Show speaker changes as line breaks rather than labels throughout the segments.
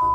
a-"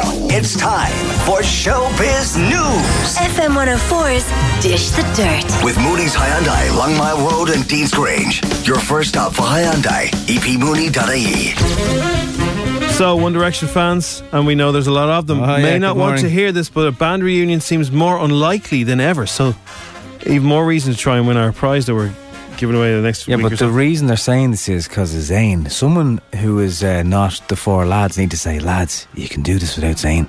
it's time for Showbiz News
FM 104's Dish the Dirt.
with Mooney's Hyundai, Long Mile Road, and Dean's Grange. Your first stop for Hyundai, E epmooney.ie.
So, One Direction fans, and we know there's a lot of them,
Oh, yeah,
may
good
not want to
morning.
hear this, but a band reunion seems more unlikely than ever. So, even more reason to try and win our prize that we're giving away the next
Yeah,
week or
but the
so.
reason they're saying this is because of Zayn. Someone who is uh, not the four lads need to say, lads, you can do this without Zayn.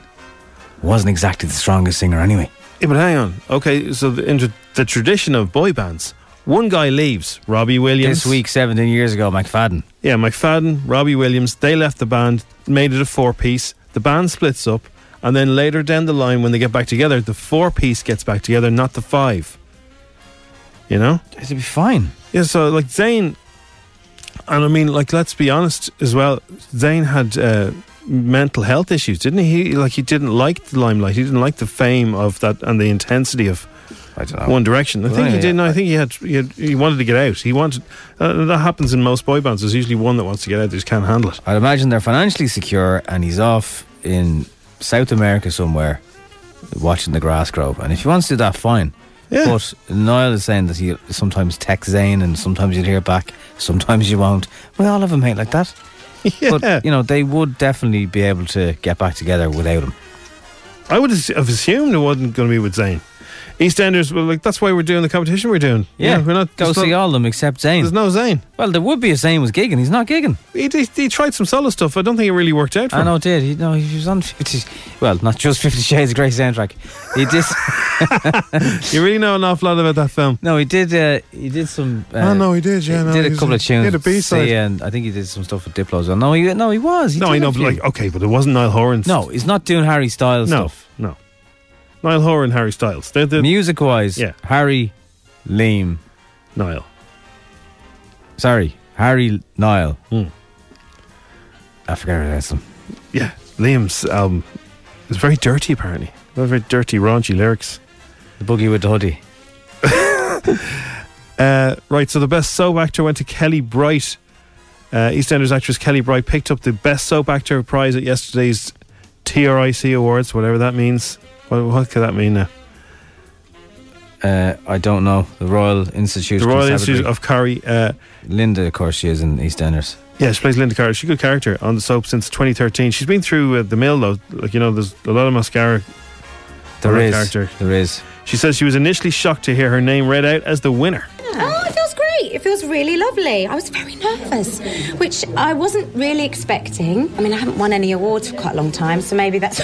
Wasn't exactly the strongest singer anyway.
Yeah, but hang on. Okay, so the, in tr- the tradition of boy bands, one guy leaves, Robbie Williams.
This week, 17 years ago, McFadden.
Yeah, McFadden, Robbie Williams, they left the band, made it a four piece. The band splits up, and then later down the line, when they get back together, the four piece gets back together, not the five. You know?
It'll be fine.
Yeah, so like Zayn, and I mean, like let's be honest as well. Zayn had uh, mental health issues, didn't he? he? Like he didn't like the limelight, he didn't like the fame of that and the intensity of
I don't know.
One Direction. I
Well,
think he
Oh. yeah,
didn't. I
I-
think he had, he had. He wanted to get out. He wanted. Uh, that happens in most boy bands. There's usually one that wants to get out. They just can't handle it.
I'd imagine they're financially secure and he's off in South America somewhere watching the grass grow. And if he wants to do that, fine.
Yeah.
But Niall is saying that he sometimes texts Zayn and sometimes you'll hear back, sometimes you won't. We all have a mate like that.
Yeah.
But, you know, they would definitely be able to get back together without him.
I would as- have assumed it wasn't going to be with Zayn. EastEnders, well, like that's why we're doing the competition we're doing. You know, we're not.
Go
there's
see
no-
all of them except
There's
Zayn.
no Zayn.
well, there would be if Zayn was gigging. He's not gigging.
He, he, he tried some solo stuff. I don't think it really worked out for
I
him.
know, it did. He, no, he was on 50... Well, not just Fifty Shades of Grey soundtrack. He did...
You really know an awful lot about that film.
No, he did. Uh, he did some. Uh,
Oh, no, he did, yeah,
he
no,
did a
he's-
couple of
he
tunes.
had a B-side.
say, and I think he did some stuff with Diplo as well. No, he no, he was. He
no,
did
I
a
know, but
few.
like, okay, but it wasn't Niall Horan's.
no, he's not doing Harry Styles
no,
stuff.
no. Niall Horan, Harry Styles. They're the
Music wise,
Yeah.
Harry, Liam.
Niall.
Sorry, Harry Nile.
Hmm.
I forgot what that's him.
Yeah, Liam's album is very dirty, apparently. A lot of very dirty, raunchy lyrics.
The boogie with the hoodie.
Uh, right, so the best soap actor went to Kelly Bright. Uh, EastEnders actress Kelly Bright picked up the best soap actor prize at yesterday's TRIC Awards, whatever that means. What, what could that mean now?
Uh, I don't know the Royal Institute.
The Royal
Conservatory.
Institute of Curry. Uh,
Linda, of course, she is in EastEnders.
Yeah, she plays Linda Carter. She's a good character on the soap since 2013. She's been through uh, the mill though. Like you know, there's a lot of mascara.
There
Royal
is.
character.
There is.
She says she was initially shocked to hear her name read out as the winner.
Oh, it feels great. It feels really lovely. I was very nervous, which I wasn't really expecting. I mean, I haven't won any awards for quite a long time, so maybe that's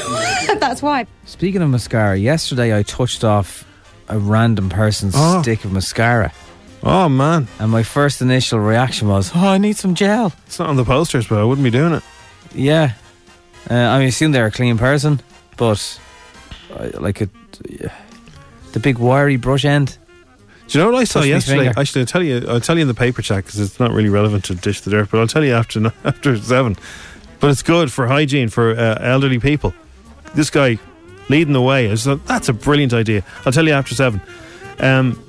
that's why.
Speaking of mascara, yesterday I touched off a random person's
Oh.
stick of mascara.
Oh man,
And my first initial reaction was, "Oh, I need some gel."
it's not on the posters, but I wouldn't be doing it.
Yeah, uh, I mean, I assume they're a clean person, but I, like it, yeah. the big wiry brush end.
Do you know what I saw
Touch me
yesterday?
finger.
Actually, I'll tell you. I'll tell you in the paper chat because it's not really relevant to dish the dirt, but I'll tell you after after seven. But it's good for hygiene for uh, elderly people. This guy leading the way. I just thought, that's a brilliant idea. I'll tell you after seven. Um,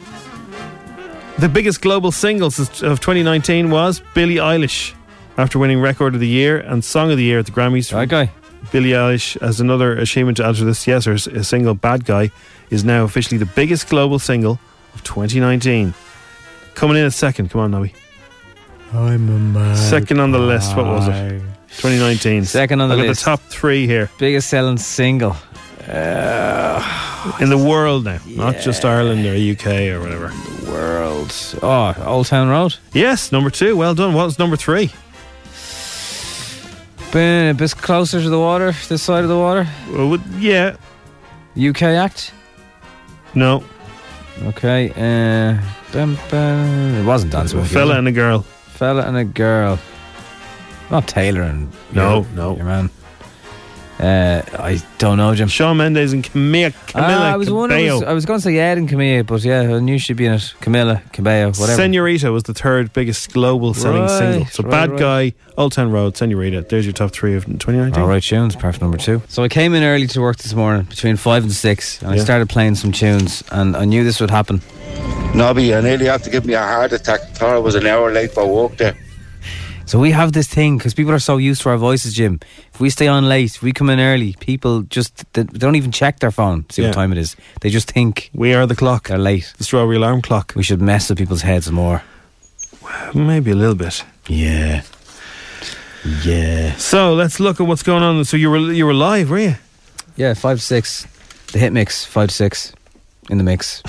the biggest global singles is- of 2019 was Billie Eilish, after winning Record of the Year and Song of the Year at the Grammys.
Right, guy.
Billie Eilish has another achievement to add to this. Yes, her s- single "Bad Guy" is now officially the biggest global single of 2019. Coming in at second. Come on, Nobby.
I'm a man.
Second on the list, what was it? 2019.
Second on the
Look
list.
at the top three here
Biggest selling single.
in the world now, not just Ireland or UK or whatever.
World. Oh, Old Town Road.
Yes, number two. Well done. What was number three?
Been a bit closer to the water, this side of the water.
Well, would- yeah,
UK act.
no,
Okay. Uh, bum, bum. It wasn't Dance
a
Monkey.
fella
was
and a girl.
it? fella and a girl. Not Taylor and
No,
your,
no.
your man. Uh, I don't know, Jim.
Shawn Mendes and Camilla. Camilla
Ah, I was wondering. I
Cabello.
was, I was going to say Ed and Camilla, but yeah, I knew she'd be in it. Camilla, Cabello, whatever.
Senorita was the third biggest global selling
Right,
single. So
right,
Bad
right.
Guy, Old Town Road, Senorita. There's your top three of 2019.
All right, tunes, perfect number two. So I came in early to work this morning, between five and six, and
Yeah.
I started playing some tunes, and I knew this would happen.
Nobby, I nearly have to give me a heart attack. Thought I was an hour late for work there.
So we have this thing because people are so used to our voices, Jim. If we stay on late, if we come in early, people just they don't even check their phone, see
Yeah.
what time it is. They just think
We are the clock.
they're late.
The strawberry alarm clock.
We should mess with people's heads more.
Maybe a little bit.
Yeah. Yeah.
So let's look at what's going on. So you were you were live, were you?
Yeah, five to six. The hit mix, five to six. In the mix.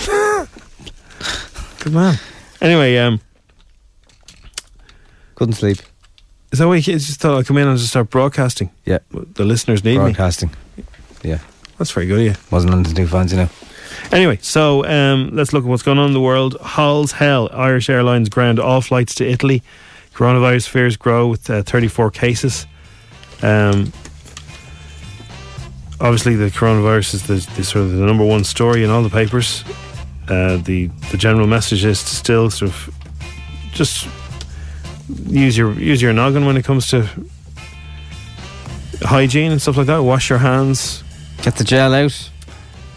Good man. Anyway, um,
Couldn't sleep.
is that why you just thought I'd come in and just start broadcasting?
Yeah.
The listeners need me.
Broadcasting. Yeah.
That's very good of you.
Wasn't on to do fancy now.
Anyway, so um, let's look at what's going on in the world. Hall's hell. Irish Airlines ground all flights to Italy. Coronavirus fears grow with uh, 34 cases. Um, obviously, the coronavirus is the, the sort of the number one story in all the papers. Uh, the the general message is to still sort of just use your use your noggin when it comes to hygiene and stuff like that. Wash your hands.
Get the gel out.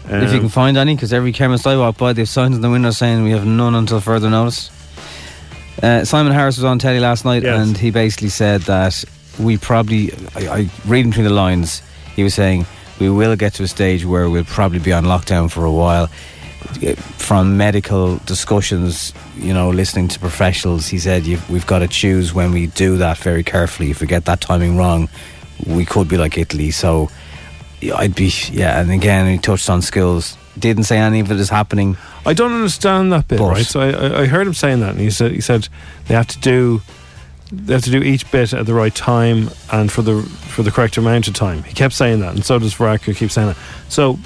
if you
um,
can find any, because every chemist I walk by, they have signs in the window saying we have none until further notice. Uh, Simon Harris was on telly last night,
Yes.
and he basically said that we probably, I, I reading between the lines, he was saying we will get to a stage where we'll probably be on lockdown for a while. Uh, From medical discussions, you know, listening to professionals, he said you we've got to choose when we do that very carefully. If we get that timing wrong, we could be like Italy. So yeah, I'd be yeah, and again he touched on skills. Didn't say any of it is happening.
I don't understand that bit,
But-
right? So I, I, I heard him saying that, and he said he said they have to do they have to do each bit at the right time and for the for the correct amount of time. He kept saying that, and so does Varadkar keep saying that. So,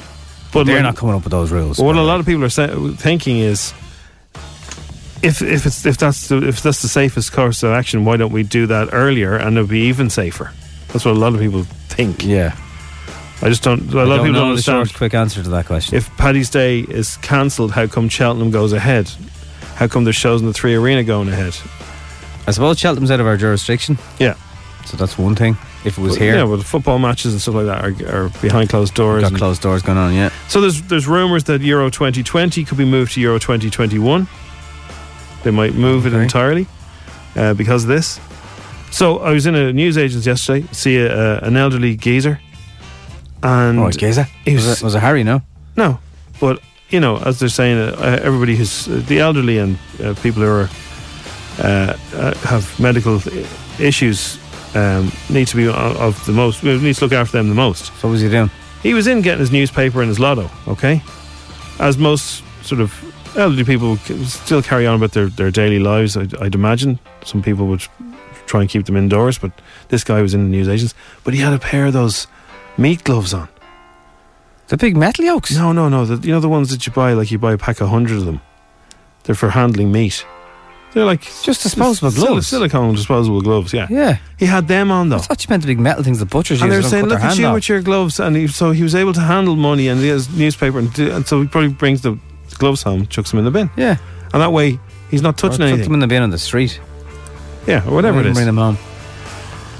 but
They're
like-
not coming up with those rules.
well, what a lot of people are say, thinking is, if if it's if that's the, if that's the safest course of action, why don't we do that earlier and it'll be even safer? That's what a lot of people think.
yeah,
I just don't. A lot
I
of
don't know
people don't
the
understand
short, quick answer to that question.
if Paddy's Day is cancelled, how come Cheltenham goes ahead? How come there's shows in the Three Arena going ahead?
I suppose Cheltenham's out of our jurisdiction,
Yeah,
so that's one thing. If it was
But,
here,
Yeah, well, football matches and stuff like that are, are behind closed doors.
got
and-
closed doors going on. Yeah,
So there's there's rumours that Euro 2020 could be moved to Euro 2021. They might move it
Okay.
entirely uh, because of this. So I was in a news agents yesterday, see a, a, an elderly geezer, and
all right, Gaza.
he was-
was, it, was it Harry? No,
No, but you know, as they're saying, uh, everybody who's uh, the elderly and uh, people who are uh, uh, have medical i- issues um, need to be o- of the most. We need to look after them the most.
so what was he doing?
He was in getting his newspaper and his lotto. Okay, as most sort of elderly people c- still carry on about their, their daily lives. I'd, I'd imagine some people would try and keep them indoors, but this guy was in the newsagents. But he had a pair of those meat gloves on.
The big metal yokes.
No, no, no. The, you know the ones that you buy, like you buy a pack of hundred of them. They're for handling meat. They're like
Just disposable
sil-
gloves.
silicone disposable gloves. Yeah,
Yeah,
He had them on
I
though,
thought you meant the big metal things the butchers
and they
use.
were
to
saying,
cut their
"Look at
hand
you
off."
with your gloves." And he, so he was able to handle money, and he has newspaper, and, do- and so he probably brings the gloves home, chucks them in the bin,
yeah,
and that way he's not touching
or chuck
anything.
them in the bin on the street.
yeah, or whatever it
Bring
is.
them home.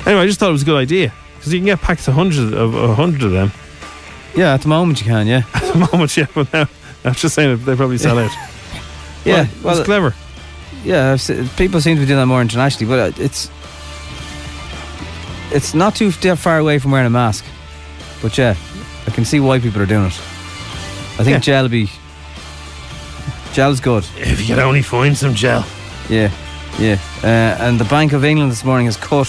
Anyway, I just thought it was a good idea because you can get packs of hundred of a hundred of them
Yeah, at the moment you can. Yeah,
at the moment. Yeah, but now I'm just saying that they probably sell out.
yeah.
well, it's clever.
Yeah, I've se- people seem to be doing that more internationally, but uh, it's it's not too f- far away from wearing a mask. But yeah, I can see why people are doing it. I think
Yeah.
gel be gel's good.
If you could only find some gel.
Yeah, Yeah, uh, and the Bank of England this morning has cut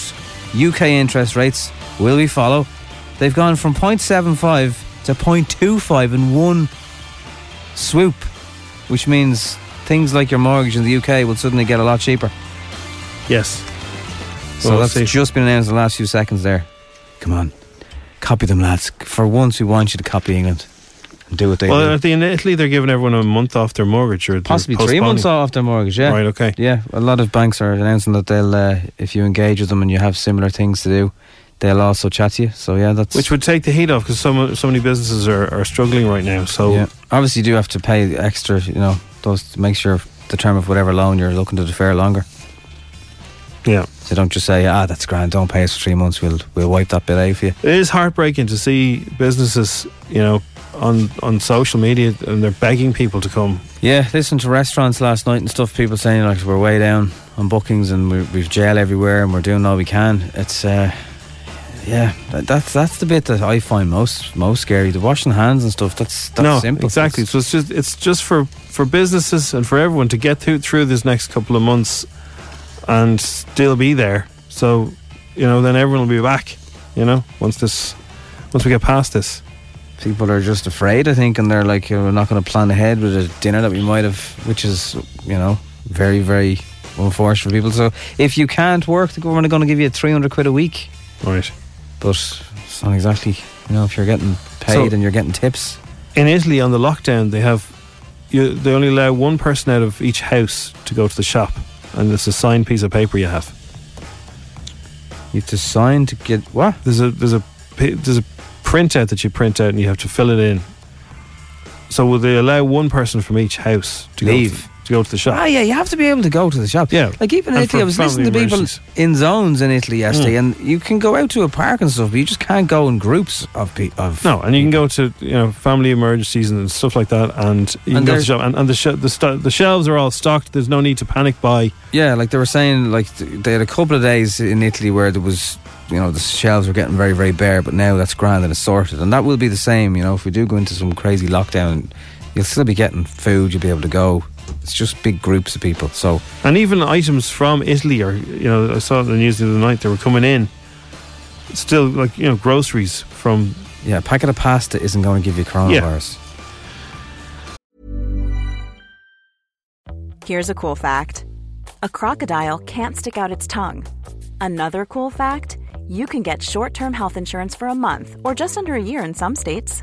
UK interest rates. Will we follow? They've gone from 0.75 to 0.25 in one swoop, which means things like your mortgage in the UK will suddenly get a lot cheaper.
Yes.
So
Well,
that's
see.
just been announced in the last few seconds there. Come on, copy them, lads. For once, we want you to copy England and do what they
Well, uh,
do.
I think in Italy, they're giving everyone a month off their mortgage or they're
Possibly three
postponing.
months off their mortgage, yeah.
Right, okay.
Yeah, a lot of banks are announcing that they'll, uh, if you engage with them and you have similar things to do, they'll also chat to you. So, yeah, that's.
Which would take the heat off because so, so many businesses are, are struggling right now. So,
Yeah. Obviously, you do have to pay extra, you know, those to make sure the term of whatever loan you're looking to defer longer.
yeah.
So don't just say, ah, that's grand, don't pay us for three months, we'll, we'll wipe that bit out for you.
It is heartbreaking to see businesses, you know, on, on social media and they're begging people to come.
Yeah, listened to restaurants last night and stuff. People saying like we're way down on bookings and we, we've jail everywhere and we're doing all we can. It's uh, yeah, that, that's that's the bit that I find most most scary. The washing hands and stuff. That's that's
no,
simple.
exactly.
That's-
So it's just it's just for for businesses and for everyone to get through through this next couple of months and still be there. So you know, then everyone will be back. You know, once this once we get past this.
people are just afraid, I think, and they're like, you know, we're not going to plan ahead with a dinner that we might have, which is, you know, very, very unfortunate for people. So if you can't work, the government are going to give you 300 quid a week,
Right.
but it's not exactly, you know, if you're getting paid
So-
and you're getting tips.
In Italy, on the lockdown, they have you, they only allow one person out of each house to go to the shop, and it's a signed piece of paper you have.
You have to sign to get what?
There's a there's a pi- there's a printout that you print out and you have to fill it in. So will they allow one person from each house to go
Leave.
to, the- to go to the shop?
Ah, yeah, you have to be able to go to the shop.
Yeah.
Like, even in
And
Italy,
for
I was listening to
family
people
emergencies.
in zones in Italy yesterday, and you can go out to a park and stuff, but you just can't go in groups of people. Of
No, and you can go to you know family emergencies and stuff like that, and you
And
can go to the
there's-
shop. And, and the, sh- the, st- the shelves are all stocked. There's no need to panic buy.
Yeah, like they were saying, like th- they had a couple of days in Italy where there was, you know, the shelves were getting very, very bare, but now that's grand and it's sorted. And that will be the same, you know, if we do go into some crazy lockdown, you'll still be getting food, you'll be able to go. It's just big groups of people. So,
And even items from Italy are you know I saw it in the news the other night. They were coming in, still like you know groceries from
yeah, a packet of pasta isn't going to give you coronavirus.
Here's a cool fact a crocodile can't stick out its tongue. Another cool fact you can get short term health insurance for a month or just under a year in some states.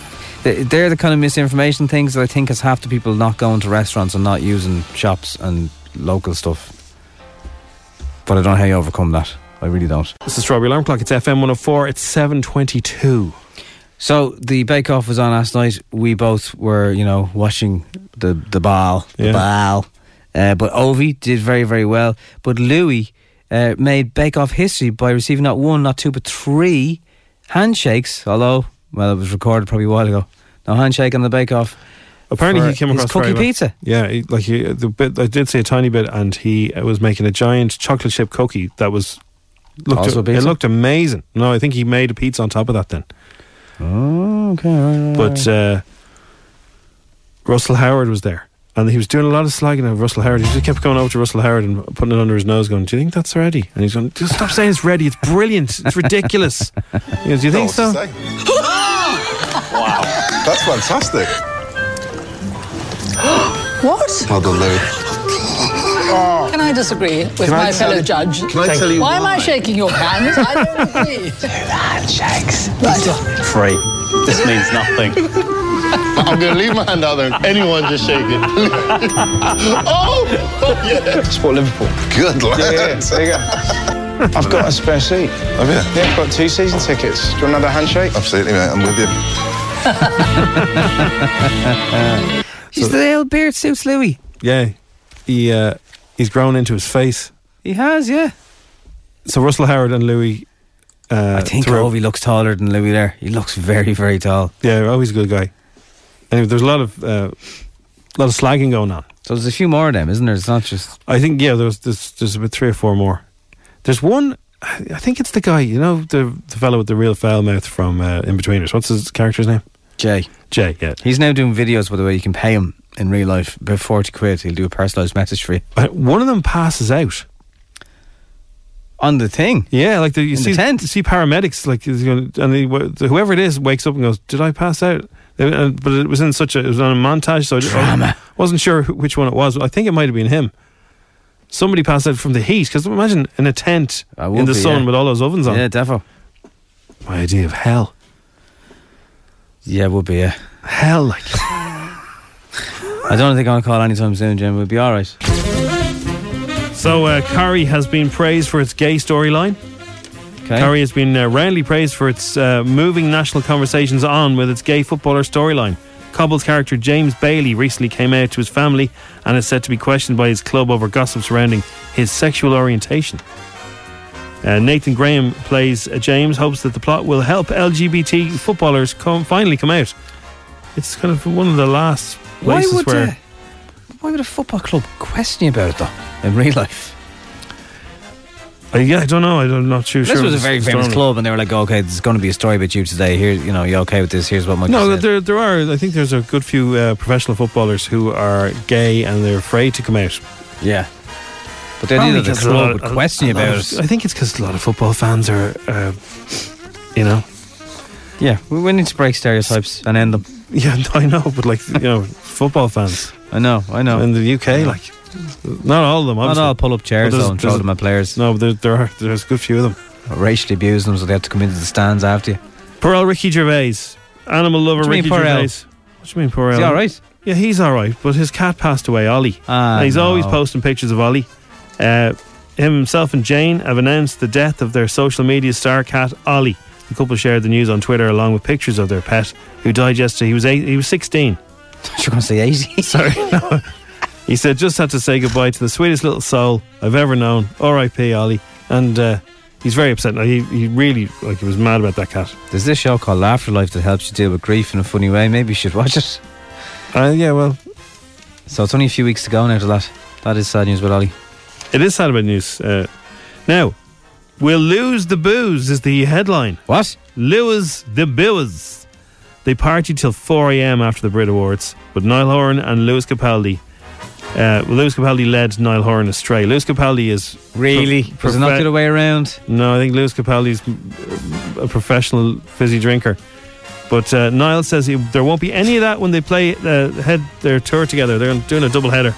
th- they're the kind of misinformation things that I think is half the people not going to restaurants and not using shops and local stuff. But I don't know how you overcome that. I really don't.
This is Strawberry Alarm Clock. It's FM 104. It's 722.
So the Bake Off was on last night. We both were, you know, watching the the ball,
Yeah.
the ball. Uh, but Ovi did very very well. But Louis uh, made Bake Off history by receiving not one, not two, but three handshakes. Although, well, it was recorded probably a while ago. No handshake on the Bake Off.
Apparently,
for
he came
his
across
cookie
very well.
pizza.
Yeah, he, like he, the bit I did say a tiny bit, and he uh, was making a giant chocolate chip cookie that was looked.
Also
it
pizza?
looked amazing. No, I think he made a pizza on top of that. Then
Oh, okay. right, right,
But uh, Russell Howard was there. And he was doing a lot of slagging of Russell Howard. He just kept going over to Russell Howard and putting it under his nose, going, Do you think that's ready? And he's going, Just stop saying it's ready. It's brilliant. It's ridiculous. He goes, Do you think so?
wow. That's fantastic.
What?
Well done, Louis.
Can I disagree with
Can I
my
tell
fellow
you-
judge?
can I Thank tell you you.
am I
why?
shaking your hand? I don't agree. Two handshakes. Right.
Free. This means nothing.
I'm going to leave my hand out there. Anyone just shake it. oh, yeah. Sport Liverpool. Good lad. there you go. I've got a spare seat. Have you? Yeah, I've got two season tickets. Do you want another handshake? Absolutely, mate. I'm with you.
She's the old beard suits Louis.
Yeah, he uh, he's grown into his face.
He has, yeah.
So Russell Howard and Louis. Uh,
I think Ovie looks taller than Louis there. He looks very, very tall.
Yeah, Ovie's a good guy. Anyway, there's a lot of uh, lot of slagging going on.
So there's a few more of them, isn't there? It's not just.
I think yeah, there's there's, there's about three or four more. There's one. I I think it's the guy, you know, the the fellow with the real foul mouth from uh, In Betweeners. What's his character's name?
Jay.
Jay, yeah.
He's now doing videos, by the way. You can pay him in real life about 40 quid. He'll do a personalised message for you.
But Uh, one of them passes out.
On the thing?
Yeah, like the, you
In the
see you see paramedics like is gonna- and they, wa- the- whoever it is wakes up and goes, "Did I pass out?" They- and- But it was in such a it was on a montage, so I, just, I wasn't sure who- which one it was. I think it might have been him. Somebody passed out from the heat because imagine in a tent in
would
the
be,
sun
yeah.
with all those ovens on.
Yeah, defo.
My idea of hell.
Yeah, it would be, yeah.
Hell, like.
I don't think I'm going to call anytime soon, Jim. We'll be all right.
So, uh, Curry has been praised for its gay storyline.
Eh?
Curry has been uh, roundly praised for its uh, moving national conversations on with its gay footballer storyline. Cobble's character James Bailey recently came out to his family and is said to be questioned by his club over gossip surrounding his sexual orientation. Uh, Nathan Graham plays uh, James, hopes that the plot will help LGBT footballers come, finally come out. It's kind of one of the last
Why
places
would,
where.
uh, why would a football club question you about it, though, in real life?
Uh, yeah, I don't know. I don't- I'm not too
This
sure.
was a
It's
very famous
strongly-
club, and they were like, "Okay, there's going to be a story about you today. Here, you know, you okay with this? Here's what my
No, there, there are. I think there's a good few uh, professional footballers who are gay and they're afraid to come out.
Yeah. But the idea that the club would question you about it.
I think it's because a lot of football fans are, uh, you know.
Yeah, we, we need to break stereotypes and end them.
Yeah, I know, but like, you know, football fans.
I know, I know.
In the UK, like, not all of them,
Not
obviously.
all pull up chairs, though, and throw them at players.
No, but there, there are, there's a good few of them.
Racially abuse them, so they have to come into the stands after you.
Poor old Ricky Gervais. Animal lover
What do you mean,
Ricky
poor old?
Gervais. What do you mean, poor
Is he
old?
all right?
Yeah, he's all right, but his cat passed away, Ollie.
Ah,
And he's always
no.
posting pictures of Ollie. Uh, him, himself, and Jane have announced the death of their social media star cat, Ollie. The couple shared the news on Twitter along with pictures of their pet, who died yesterday. He was eight, he was sixteen.
You're going to say eighty?
Sorry. No. He said, "Just had to say goodbye to the sweetest little soul I've ever known. R.I.P. Ollie." And uh, he's very upset. Now, He he really like he was mad about that cat.
There's this show called Afterlife that helps you deal with grief in a funny way. Maybe you should watch it.
Uh, yeah, well.
So it's only a few weeks to go now to that. That is sad news with Ollie.
It is sad about news. Uh, now, we'll lose the booze is the headline.
What?
Lewis the booze. They partied till 4 a.m. after the Brit Awards, but Niall Horan and Lewis Capaldi. Uh, well, Lewis Capaldi led Niall Horan astray. Lewis Capaldi is
Really? Was it not the other way around?
No, I think Lewis Capaldi's mm, a professional fizzy drinker. But uh, Niall says he, there won't be any of that when they play uh, head their tour together. They're doing a double header.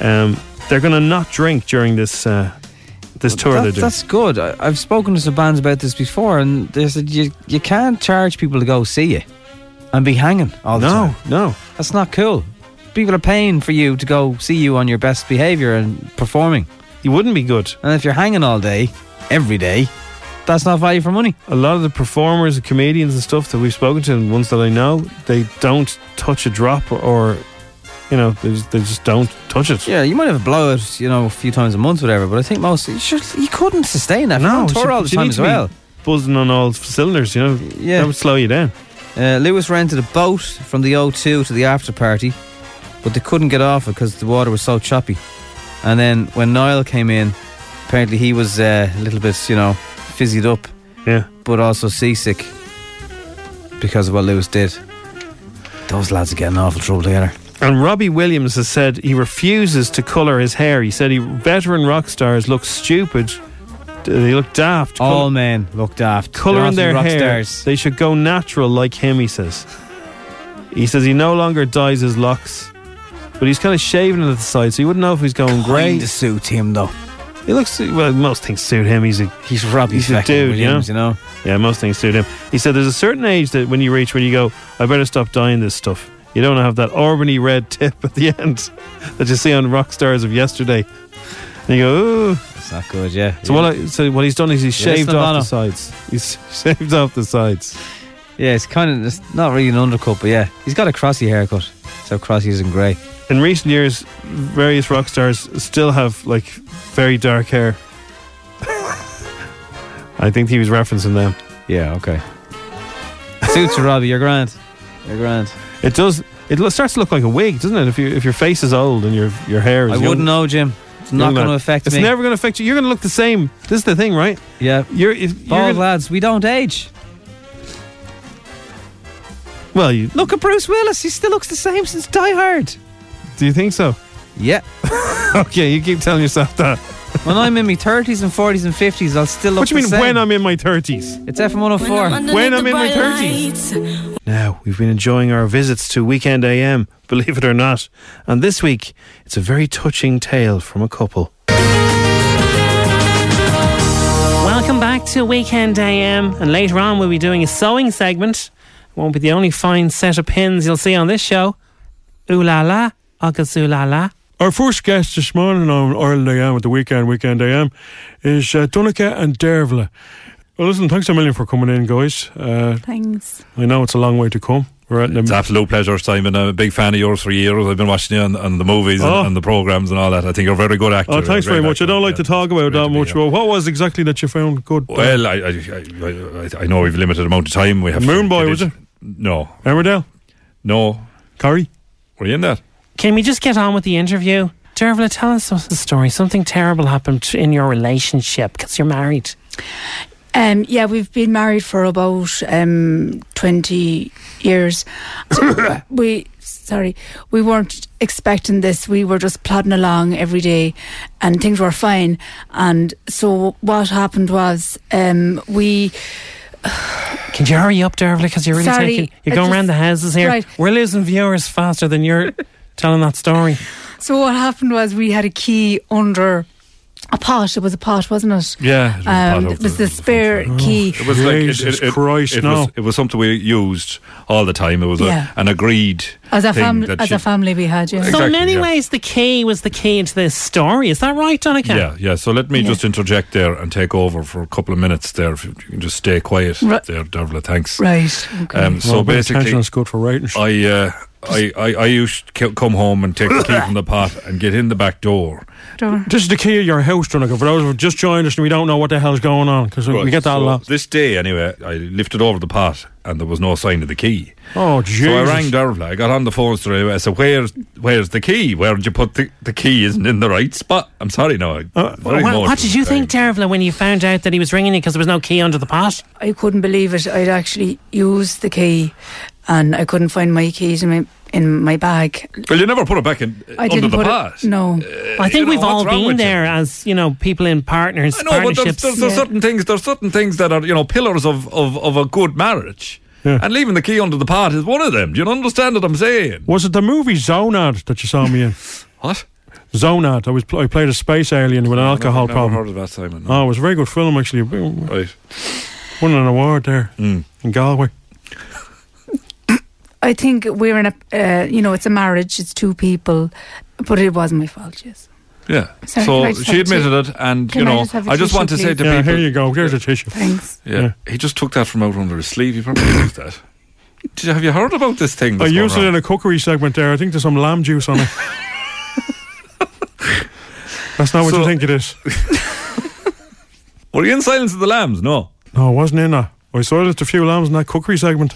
Um, they're going to not drink during this uh, this tour
That-
they're doing.
That's good. I, I've spoken to some bands about this before, and they said you you can't charge people to go see you and be hanging all the
No,
time.
no,
that's not cool. People are paying for you to go see you on your best behavior and performing.
You wouldn't be good.
And if you're hanging all day, every day, that's not value for money.
a lot of the performers, and comedians, and stuff that we've spoken to, and ones that I know, they don't touch a drop or, or you know, they just, they just don't touch it.
Yeah, you might have a blowout, you know, a few times a month, whatever. But I think most you, should, you couldn't sustain that. No,
you
tour
should-
all the
you
time
need
as
to be
well.
buzzing on all cylinders, you know.
Yeah.
That would slow you down.
Uh, Lewis rented a boat from the O2 to the after party, but they couldn't get off it because the water was so choppy. And then when Niall came in, apparently he was uh, a little bit, you know, fizzied up.
Yeah.
But also seasick because of what Lewis did. Those lads are getting awful trouble together.
And Robbie Williams has said he refuses to colour his hair. He said he veteran rock stars look stupid. They look daft.
All men look daft.
Colouring
They're often
their
rock
hair.
stars.
They should go natural like him, he says. He says he no longer dyes his locks, but he's kind of shaving it at the side, so you wouldn't know if he's going grey.
Kinda suit him, though.
He looks, well, most things suit him. He's a
He's Robbie
he's a
fucking
dude,
Williams,
you, know? Yeah, most things suit him. He said there's a certain age that when you reach where you go, I better stop dyeing this stuff. You don't have that auburny red tip at the end that you see on rock stars of yesterday. And you go, ooh.
It's not good, yeah.
So,
yeah.
What I, so what he's done is he's
You're
shaved
listening,
off
Bono?
the sides. He's shaved off the sides.
Yeah, it's kind of it's not really an undercut, but yeah, he's got a crossy haircut. So crossy isn't grey.
In recent years, various rock stars still have like very dark hair. I think he was referencing them.
Yeah, okay. Suits you, Robbie. You're grand. You're grand.
It does. It lo- starts to look like a wig, doesn't it? If you if your face is old and your your hair is.
I
young-
wouldn't know, Jim. It's not
young
going to
lad.
affect
it's
me.
It's never going to affect you. You're going to look the same. This is the thing, right?
Yeah.
You're, if- you're
Bald
gonna-
lads, we don't age.
Well, you,
Look at Bruce Willis. He still looks the same since Die Hard.
do you think so?
Yeah.
okay, you keep telling yourself that.
when I'm in my 30s and 40s and 50s, I'll still look
What do you
the
mean
same.
when I'm in my thirties?
It's FM 104.
When I'm in my thirties. Now we've been enjoying our visits to Weekend AM, believe it or not, and this week it's a very touching tale from a couple.
Welcome back to Weekend AM, and later on we'll be doing a sewing segment. Won't be the only fine set of pins you'll see on this show. Ooh la la, August ooh la la.
Our first guest this morning on Ireland AM at the weekend, weekend AM, is uh, Dunica and Dervla. Well, listen, thanks a million for coming in, guys. Uh,
Thanks.
I know it's a long way to come. We're at
It's
the
an absolute pleasure, Simon. I'm a big fan of yours for years. I've been watching you on, on the movies and-
Oh.
and, the programs and all that. I think you're a very good actor.
Oh, thanks
You're a
very
great
much. I don't like to talk about that much. Well, what was exactly that you found good?
actor. Well, I, I, I, I, I know we've limited amount of time. We have
Moonboy, was it?
No,
Emmerdale?
no.
Curry,
were you in that?
Can we just get on with the interview? Dervla, tell us a story. Something terrible happened t- in your relationship because you're married.
Um, yeah, we've been married for about um, 20 years. So we, sorry, we weren't expecting this. We were just plodding along every day and things were fine. And so what happened was um, we.
Can you hurry up, Dervla? Because you're really
Sorry,
taking. You're
I
going
just-
around the houses here.
Right.
We're losing viewers faster than you're telling that story.
So what happened was we had a key under a pot. It was a pot, wasn't it?
Yeah, it was a pot
Um,
out
it was the spare key.
It was like it-
Jesus
it, it,
Christ,
it
no.
was, it was something we used all the time. It was
Yeah.
a, an agreed
As a
Oh, thing
family,
that
as
she-
a family, we had yeah.
so, in
Exactly,
many
yeah.
ways, the key was the key into this story. Is that right, Donica?
Yeah, yeah. So let me just interject there and take over for a couple of minutes there. If you can just stay quiet
Right.
there, Dervla. Thanks.
Right. Okay.
Um, so
Well, a bit of
basically,
tension is good for writing.
I, uh, I, I, I used to c- come home and take the key from the pot and get in the back door.
This is the key of your house, Dunica. For those who have just joined us and we don't know what the hell's going on, because we
Right,
get that a
so
lot.
This day, anyway, I lifted over the pot and there was no sign of the key.
Oh, Jesus.
So I rang Dervla. I got on the phone straight away. I said, "Where's where's the key? Where did you put the the key? Isn't in the right spot." I'm sorry, no. I-
Uh,
very
Well, what
emotional.
did you think, Dervla, when you found out that he was ringing you because there was no key under the pot?
I couldn't believe it. I'd actually used the key, and I couldn't find my keys in my in my bag.
Well, you never put it back in
I
under
didn't
the
put
pot.
it. No,
I think
Uh, you know,
we've all
what's wrong
been
with you?
there as, you know, people in partners,
I know, but there's,
partnerships.
there's, there's certain things. There's certain things that are you know pillars of of, of a good marriage. And leaving the key under the pot is one of them. Do you understand what I'm saying?
Was it the movie Zonad that you saw me in?
What?
Zonad. I was pl- I played a space alien with an
I've never-
alcohol
never
problem.
heard of that, Simon,
Oh, it was a very good film actually. Right. Won an award there
Mm.
in Galway.
I think we're in a uh, you know it's a marriage. It's two people, but it was my fault. Yes.
Yeah.
Sorry, can I
so
just
she
have a
admitted
ti-
it, and
Can
you
I
know,
just have a
I just want to
tissue,
say to
please?
Yeah,
people,
here you go. There's a tissue.
Thanks.
Yeah. He just took that from out under his sleeve. He probably used that. Did you, have you heard about this thing?
I
that's
used
going
it
around?
in a cookery segment there. I think there's some lamb juice on it. That's not what you
So-
think it is.
Were you in Silence of the Lambs? No.
No, I wasn't in that. I saw it at a few lambs in that cookery segment.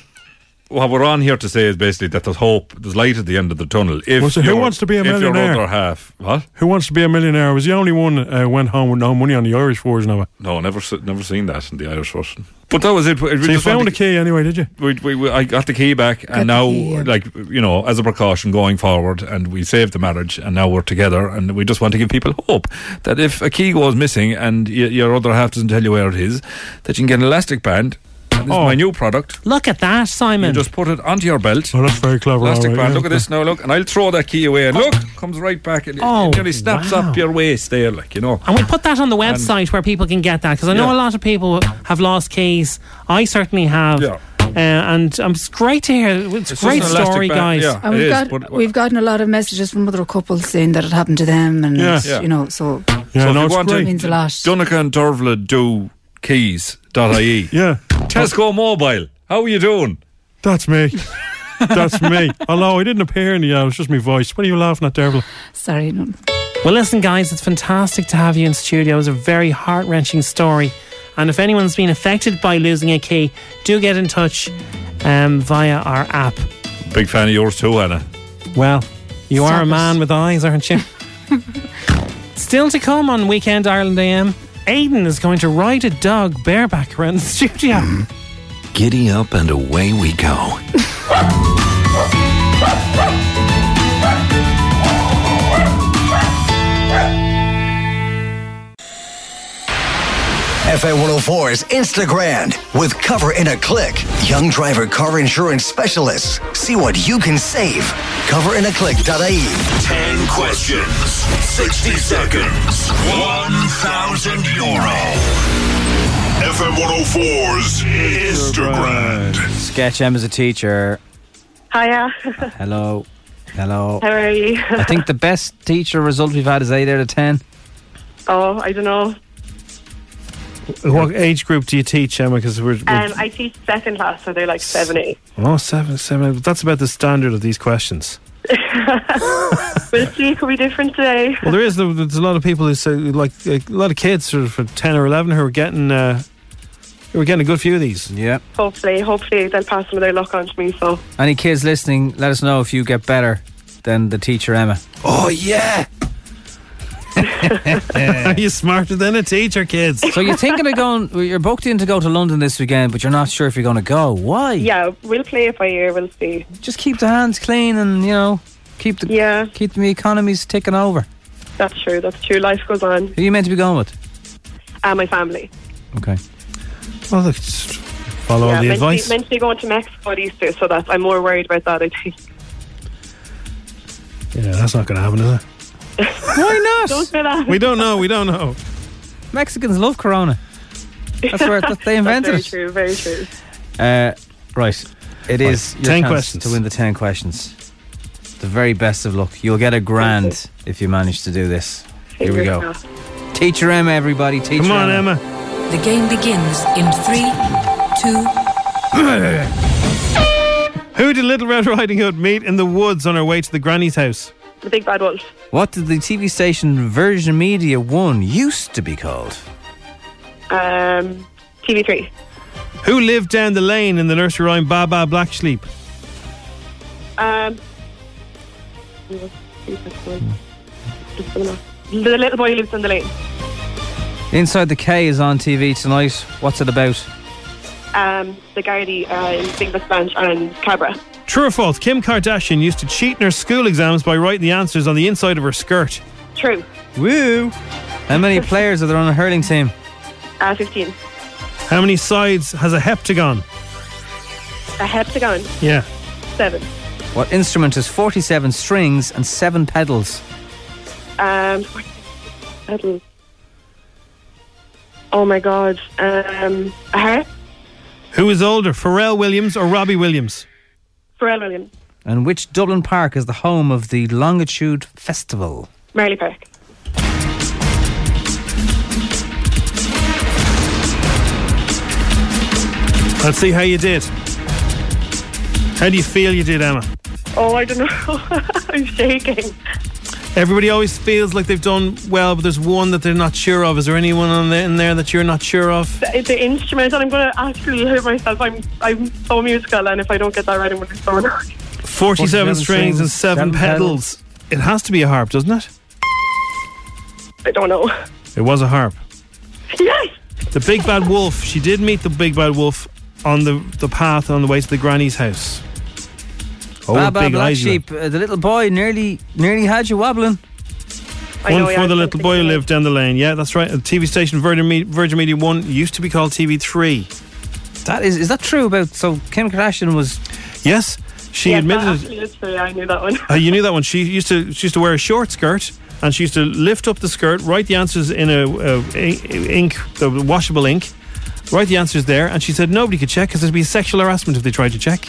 what we're on here to say is basically that there's hope, there's light at the end of the tunnel. If
Well, so who
your-
wants to be a
If your
millionaire?
other half, what?
Who Wants to Be a Millionaire was the only one that uh, went home with no money on the Irish version of it.
No, never, se- never seen that in the Irish version. But that was it. We
so you
just wanted
found the key anyway, did you?
we, we, we, I got the key back, and now, like you know, as a precaution going forward, and we saved the marriage, and now we're together, and we just want to give people hope that if a key goes missing and y- your other half doesn't tell you where it is, that you can get an elastic band. And this
Oh,
is my new product.
Look at that,
You
Simon.
just put it onto your belt.
Oh, that's very clever.
Elastic
all right,
band.
yeah.
Look at this now. Look, and I'll throw that key away. And look, comes right back. And
Oh,
it nearly snaps
wow.
up your waist there, like you know.
And we put that on the website where people can get that because I know
Yeah.
a lot of people have lost keys. I certainly have. Uh, and um, it's great to hear. It's,
It's just
great
an elastic
story,
band,
guys.
yeah.
And
It
we've,
is,
got,
but-
we've gotten a lot of messages from other couples saying that it happened to them, and
Yeah.
it's,
Yeah.
you know, so
so
it
if you want to,
means a lot.
Dunica and Dervla do E. keys.ie.
yeah.
Tesco Mobile. How are you doing?
That's me. That's me. Although I didn't appear in the ad, it was just my voice. What are you laughing at, Dervla?
Sorry, no.
Well, listen, guys, it's fantastic to have you in studio. It was a very heart wrenching story. And if anyone's been affected by losing a key, do get in touch um, via our app.
Big fan of yours too, Anna.
Well, you
Stop
are a
it.
man with eyes, aren't you? Still to come on Weekend Ireland AM, Aidan is going to ride a dog bareback around the studio.
Mm.
Giddy up and away we go. FA104's Instagram with Cover in a Click. Young driver car insurance specialists. See what you can save. Coverinaclick.ie.
10 questions, 60 seconds, 1,000 euro. FM 104's Instagram.
Sketch M as a teacher.
Hiya.
Hello. Hello.
How are you?
I think the best teacher result we've had is 8 out of 10.
oh, I don't know.
What age group do you teach, Emma? Because we're, we're
Um, I teach second class, so they're like seven, eight.
oh seven, seven. But that's about the standard of these questions.
we'll see. It could be different today.
Well, there is there- there's a lot of people who say like a lot of kids, sort of for ten or eleven, who are getting uh, who are getting a good few of these.
Yeah.
Hopefully, hopefully they'll pass some of their luck on to me. So
Any kids listening, let us know if you get better than the teacher Emma.
Oh yeah. Are you smarter than a teacher, kids?
So you're thinking of going, well, you're booked in to go to London this weekend, but you're not sure if you're going to go. Why?
yeah, we'll play it by ear. We'll see.
Just keep the hands clean and, you know, keep the yeah. keep the economies ticking over.
That's true. That's true. Life goes on.
Who are you meant to be going with?
And my family.
Okay.
Well, look, just follow
yeah, meant to,
the
be,
advice.
meant to be going to Mexico at Easter, so that's I'm more worried about that. I think.
Yeah, that's not going to happen, is
Why not?
don't say that.
it? We don't know. We don't know.
Mexicans love Corona. That's where that they invented
very True.
it.
Very true.
Uh, right. It is
Right,
your
10
chance
questions.
to win the 10 questions. The very best of luck. You'll get a grand if you manage to do this. Here we go. Teacher Emma, everybody. Teacher
Come on,
Emma.
The game begins in three, two,
Who did Little Red Riding Hood meet in the woods on her way to the granny's house?
The big bad wolf.
What did the TV station Virgin Media 1 used to be called?
Um, TV three.
Who lived down the lane in the nursery rhyme Baba Black Sheep?
Um,
Hmm.
the little boy lives in the lane.
Inside the K is on TV tonight. What's it about?
Um, the Gardaí uh, in Singles Bench and Cabra.
True or false, Kim Kardashian used to cheat in her school exams by writing the answers on the inside of her skirt.
True.
Woo! How many players are there on a hurling team?
Uh, 15.
How many sides has a heptagon?
A heptagon.
Yeah.
7.
What instrument has 47 strings and 7 pedals?
Um, what- pedal. Oh my god. Um, a harp?
Who is older, Pharrell Williams or Robbie Williams?
Pharrell Williams.
And which Dublin park is the home of the Longitude Festival?
Marley Park.
Let's see how you did. How do you feel you did, Emma?
Oh, I don't know. I'm shaking.
Everybody always feels like they've done well, but there's one that they're not sure of. Is there anyone on there, in there that you're not sure of?
The, the instrument, and I'm going to actually hurt myself. I'm I'm so musical, and if I don't get that right, I'm going to be so annoyed.
47 strings and 7 pedals. It has to be a harp, doesn't it?
I don't know.
It was a harp.
Yes!
The Big Bad Wolf. She did meet the Big Bad Wolf on the, the path on the way to the granny's house. Oh,
Baba,
big
black
eyes you have.
sheep. Uh, the little boy nearly nearly had you wobbling.
One for the little boy who lived down the lane. Yeah, that's right. The TV station Virgin Media, Virgin Media One used to be called TV Three.
That is, is that true about? So Kim Kardashian was.
Yes, she
Yes, that
admitted it.
actually is true. I knew that one.
Uh, you knew that one. She used to she used to wear a short skirt, and she used to lift up the skirt, write the answers in a, a, a ink, the washable ink, write the answers there, and she said nobody could check because there'd be sexual harassment if they tried to check.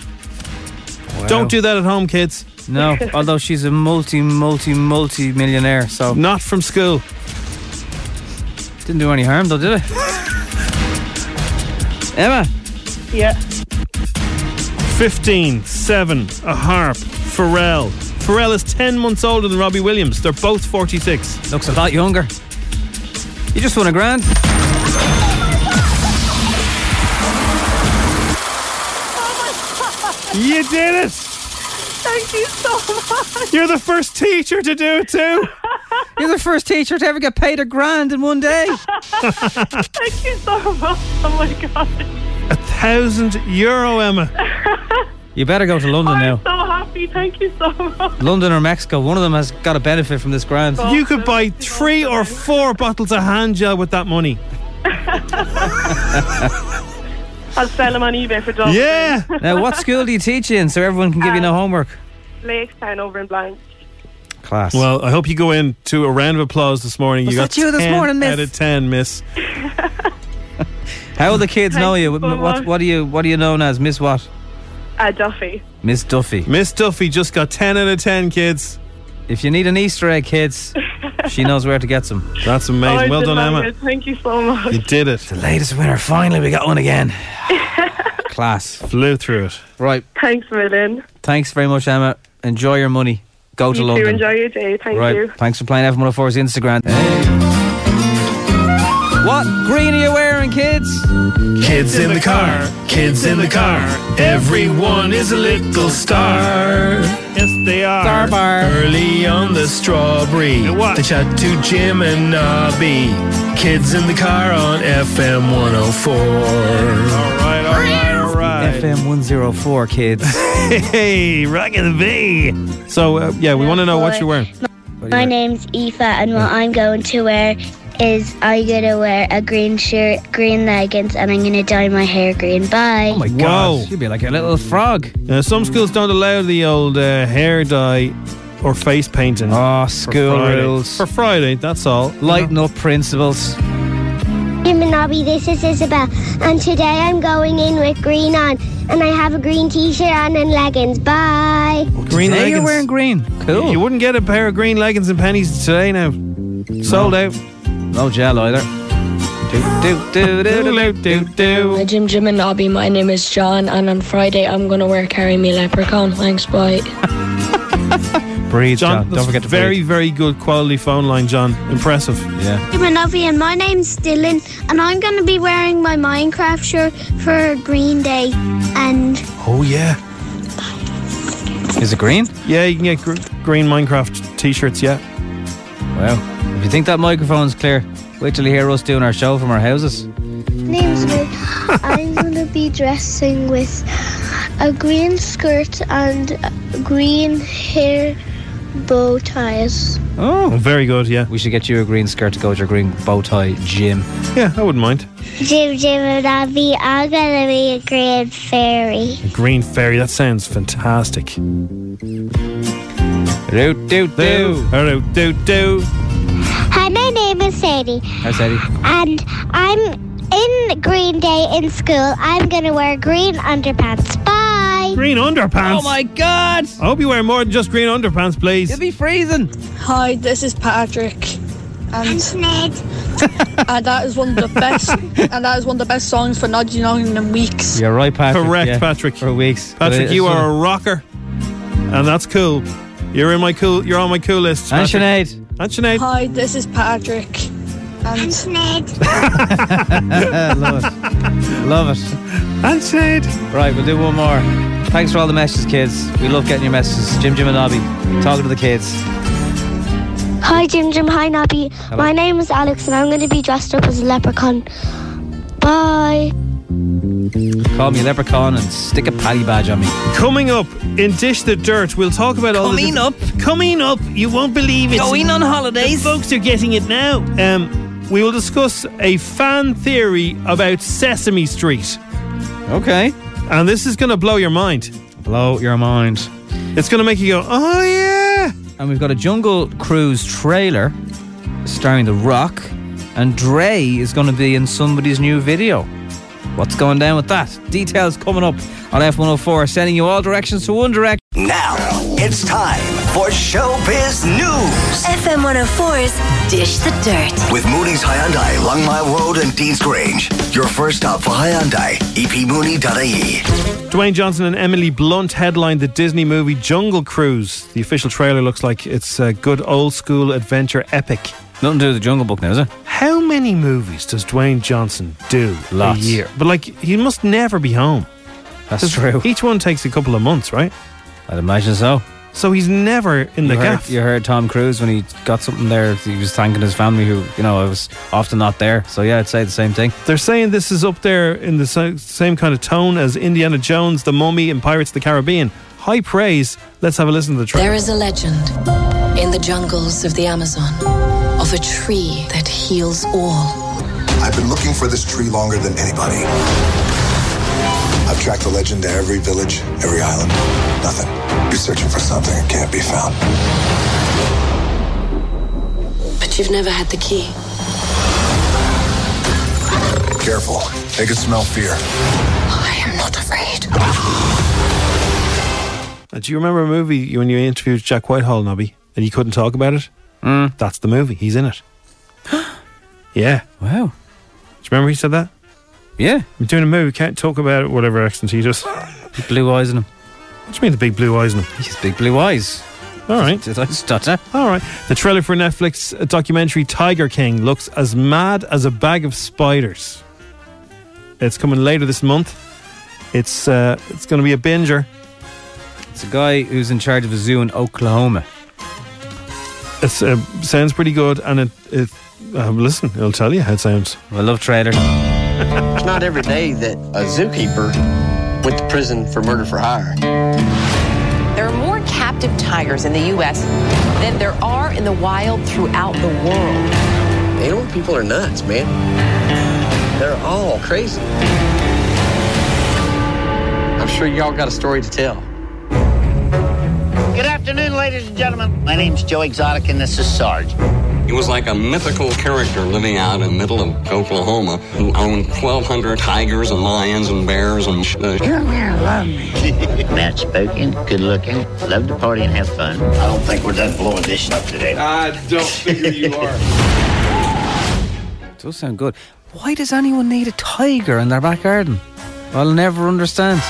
Don't do that at home, kids.
No, although she's a multi, multi, multi millionaire, so
not from school.
Didn't do any harm, though, did it? Emma,
Yeah.
15, 7, a harp, Pharrell. Pharrell is 10 months older than Robbie Williams. They're both 46.
Looks a lot younger. you just won a grand.
You did it!
Thank you so much.
You're the first teacher to do it too.
You're the first teacher to ever get paid a grand in one day.
Thank you so much. Oh my god.
A thousand euro, Emma.
You better go to London now.
So happy. Thank you so much.
London or Mexico, one of them has got a benefit from this grand.
You could buy three or four bottles of hand gel with that money.
I'll sell them on eBay for double.
Yeah.
now, what school do you teach in so everyone can give
Uh,
you no homework?
Laketown over in Blank.
Class.
Well, I hope you go in to a round of applause this morning.
Was
you got
that you this
10
morning, miss?
out of 10, miss.
How will the kids know you?
so
What, what,
much.
what are you? What are you known as, Miss What?
Uh, Duffy.
Miss Duffy.
Miss Duffy just got 10 out of 10, kids.
If you need an Easter egg, kids, she knows where to get some.
That's
Oh,
amazing.
it's
well done, Emma.
delighted. Thank you so much.
You did it. The
latest winner. Finally, we got one again. Class.
Flew through it.
Right.
Thanks, a million.
Thanks very much, Emma. Enjoy your money. Go to
you too.
London.
Enjoy your day. Thank
right.
you.
Thanks for playing F104's Instagram. What green are you wearing, kids?
Kids in the car, kids in the car. Everyone is a little star.
Yes, they are.
Star bar. Early on the strawberry. They chat to Jim and Nobby. Kids in the car on FM 104. All right, all right, all right.
FM 104, kids.
hey, rocking the V. So, uh, yeah, we want to know what you're wearing.
My name's Aoife, and what I'm going to wear is I'm going to wear a green shirt, green leggings, and I'm going to dye my hair green. Bye.
Oh my
Whoa.
God. You'd be like a little frog.
Now, Uh, some schools don't allow the old uh, hair dye or face painting.
Oh, school rules.
For Friday, that's all.
Lighten up principles.
Jim and Nobby, this is Isabel, and today I'm going in with green on, and I have a green t-shirt on and leggings. Bye.
Green
Today
leggings.
you're wearing green. Cool.
You wouldn't get a pair of green leggings and panties today now. Sold out.
No gel either. Do, do, do, do, do, do, do.
Hi, Jim Jim and Nobby, my name is John, and on Friday I'm gonna wear Carry Me Leprechaun. Thanks, bye.
Breathe, John.
that's
Don't forget to
Very,
breathe.
very good quality phone line, John. Impressive.
Yeah.
Jim and Nobby, and my name's Dylan, and I'm going to be wearing my Minecraft shirt for Green Day, and
Oh, yeah.
Is it green?
Yeah, you can get gr- green Minecraft t shirts, yeah.
Wow. If you think that microphone's clear, wait till you hear us doing our show from our houses.
name's Ruth. I'm going to be dressing with a green skirt and green hair bow ties.
Oh,
very good. Yeah,
we should get you a green skirt to go with your green bow tie, Jim.
Yeah, I wouldn't mind.
Jim, Jim, and Abby, I'm gonna be a grand fairy.
A green fairy, that sounds fantastic.
Root do do.
Root do do.
Hi, my name is Sadie,
Hi, Sadie.
and I'm in Green Day in school. I'm gonna wear green underpants. Bye.
Green underpants.
Oh my
God.
I hope you wear more than just green underpants, please.
be freezing.
Hi, this is Patrick. And Ned. and that is one of the best and that is one of the best songs for Nodgy Noggin in weeks.
You're right, Patrick.
Correct,
yeah.
Patrick.
For weeks. But
Patrick,
it's
you
sort
are
of-
a rocker, and that's cool. You're in my cool. You're on my cool list.
And
Patrick.
Sinead.
And Sinead.
Hi, this is Patrick. And
Love it. Love it.
And Sinead.
Right, we'll do one more. Thanks for all the messages, kids. We love getting your messages. Jim Jim and Nobby, talking to the kids.
Hi, Jim Jim. Hi, Nobby. My name is Alex, and I'm going to be dressed up as a leprechaun. Bye.
Call me a leprechaun and stick a paddy badge on me.
Coming up in Dish the Dirt, we'll talk about all
Coming
the up. Coming up, you won't believe it.
Going on holidays.
The folks are getting it now. Um, we will discuss a fan theory about Sesame Street.
Okay.
And this is going to blow your mind.
Blow your mind.
It's going to make you go, oh yeah.
And we've got a Jungle Cruise trailer starring The Rock, and Dre is going to be in somebody's new video. What's going down with that? Details coming up on F104, sending you all directions to one direction.
Now it's time for Showbiz News
FM 104's Dish the Dirt.
with Mooney's Hyundai, Long Mile Road, and Dean's Grange. Your first stop for Hyundai, E epmooney.ie.
Dwayne Johnson and Emily Blunt headlined the Disney movie Jungle Cruise. The official trailer looks like it's a good old school adventure epic.
Nothing to do with the Jungle Book now, is it?
How many movies does Dwayne Johnson do
Lots.
a year? But like, he must never be home.
That's
'Cause
true.
Each one takes a couple of months, right?
I'd imagine so.
So he's never in the
you heard,
gaff.
you heard Tom Cruise when he got something there. He was thanking his family, who you know was often not there. So yeah, I'd say the same thing.
They're saying this is up there in the sa- same kind of tone as Indiana Jones, The Mummy, and Pirates of the Caribbean. High praise. Let's have a listen to the trailer.
There is a legend in the jungles of the Amazon of a tree that heals all.
I've been looking for this tree longer than anybody. I've tracked the legend to every village, every island. Nothing. You're searching for something that can't be found.
But you've never had the key.
Careful. They can smell fear.
I am not afraid.
Uh, Do you remember a movie you- when you interviewed Jack Whitehall, Nobby, and you couldn't talk about it? Mm. That's the movie. He's in it. yeah.
Wow.
Do you remember he said that?
Yeah.
We're doing a movie. We can't talk about it. Whatever accent he does.
Blue eyes in him.
What do you mean the big blue eyes in him?
He's big blue eyes.
All right.
Did I stutter?
All right. The trailer for Netflix uh, documentary Tiger King looks as mad as a bag of spiders. It's coming later this month. It's uh, it's going to be a binger.
It's a guy who's in charge of a zoo in Oklahoma.
It uh, sounds pretty good, and it, it um, listen, it'll tell you how it sounds.
I love trailers.
It's not every day that a zookeeper went to prison for murder for hire.
There are more captive tigers in the U.S. than there are in the wild throughout the world.
Animal people are nuts, man. They're all crazy. I'm sure y'all got a story to tell.
Good afternoon, ladies and gentlemen. My name's Joe Exotic, and this is Sarge.
He was like a mythical character living out in the middle of Oklahoma who owned 1,200 tigers and lions and bears and. Sh-
Come here, love me. Matt spoken, good looking, love to party and have fun. I don't think we're done blowing this up today. I don't figure you are.
does sound good. Why does anyone need a tiger in their back garden? I'll never understand.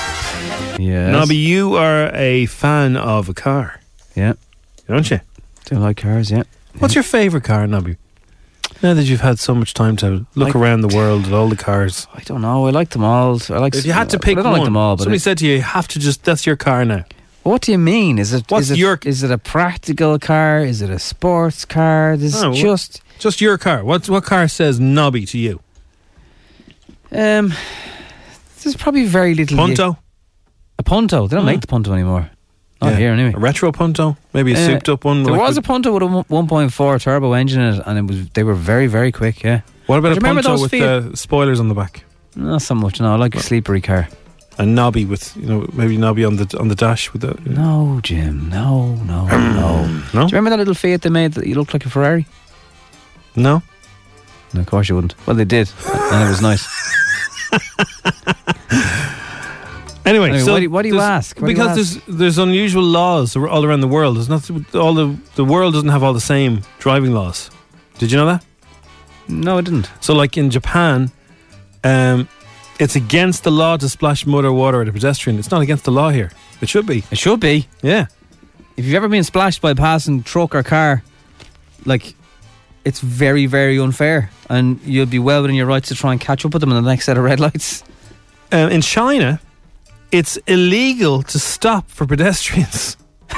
Yeah.
Nobby, you are a fan of a car,
Yeah.
aren't you?
Do like cars? Yeah.
What's your favourite car, Nobby? Now that you've had so much time to look
Like-
around the world at all the cars,
I don't know. I like them all. I like.
if you had to
but
pick
I don't
one,
like them all. But
somebody
it-
said to you, you have to just that's your car now.
What do you mean? Is it
What's
is it,
your-
is it a practical car? Is it a sports car? This
No, Oh, wha-
is just
Just your car. What what car says Nobby to you?
um. There's probably very little.
Punto?
A Punto. They don't
Hmm.
make the Punto anymore. Not
Yeah.
here anyway.
A retro Punto, maybe a
Uh,
souped up one.
There
like
was a
with-
Punto with a one- 1.4 turbo engine in it, and it was they were very very quick. Yeah.
what about
Do you
a
remember
Punto
those
with
Fiat-
uh, spoilers on the back?
Not so much. No, I like a sleepery car.
A Nobby with you know maybe Nobby on the on the dash with the
No, Jim. No, no, no.
no.
Do you remember that little Fiat they made that you looked like a Ferrari?
No.
No, of course you wouldn't. Well, they did, and it was nice.
Anyway,
Anyway,
so
why do- why do you
there's-
ask? Why do you
because there's there's unusual laws ar- all around the world. There's not all the the world doesn't have all the same driving laws. Did you know that?
No, I didn't.
So, like in Japan, um, it's against the law to splash mud or water at a pedestrian. It's not against the law here. It should be.
It should be.
Yeah.
if you've ever been splashed by a passing truck or car, like it's very, very unfair, and you'll be well within your rights to try and catch up with them in the next set of red lights.
Um, in China, it's illegal to stop for pedestrians.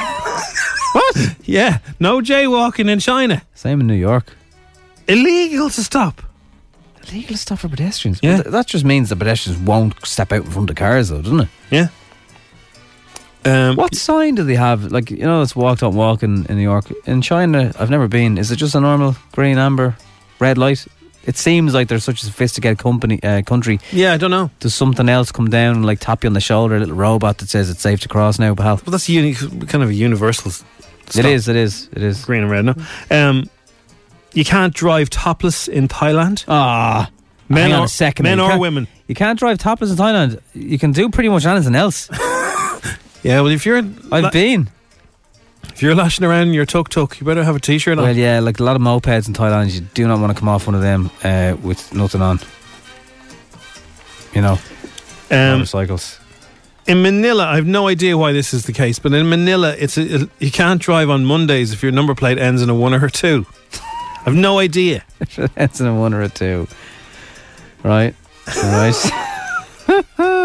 what?
Yeah, no jaywalking in China.
Same in New York.
Illegal to stop.
Illegal to stop for pedestrians.
Yeah.
Well, th- that just means the pedestrians won't step out in front of cars, though, doesn't it?
Yeah.
Um, what sign do they have? Like you know, it's walk don't walk in, in New York. In China, I've never been. Is it just a normal green, amber, red light? It seems like they're such a sophisticated company uh, country.
Yeah, I don't know.
Does something else come down and like tap you on the shoulder, a little robot that says it's safe to cross now, pal?
Well, that's unique, kind of a universal. Stuff.
It is. Mm-hmm. It is. It is.
Green and red. No, um, you can't drive topless in Thailand.
Ah,
men
hang
or
on a second.
men
You
or
can't-
women.
You can't drive topless in Thailand. You can do pretty much anything else.
Yeah, well, if you're
I've
la-
been.
if you're lashing around in your tuk tuk, you better have a t-shirt on.
Well, yeah, like a lot of mopeds in Thailand, you do not want to come off one of them uh, with nothing on. You know,
Um,
motorcycles.
in Manila, I have no idea why this is the case, but in Manila, it's a, you can't drive on Mondays if your number plate ends in a one or a two. I've no idea.
That's in a one or a two. Right? All right.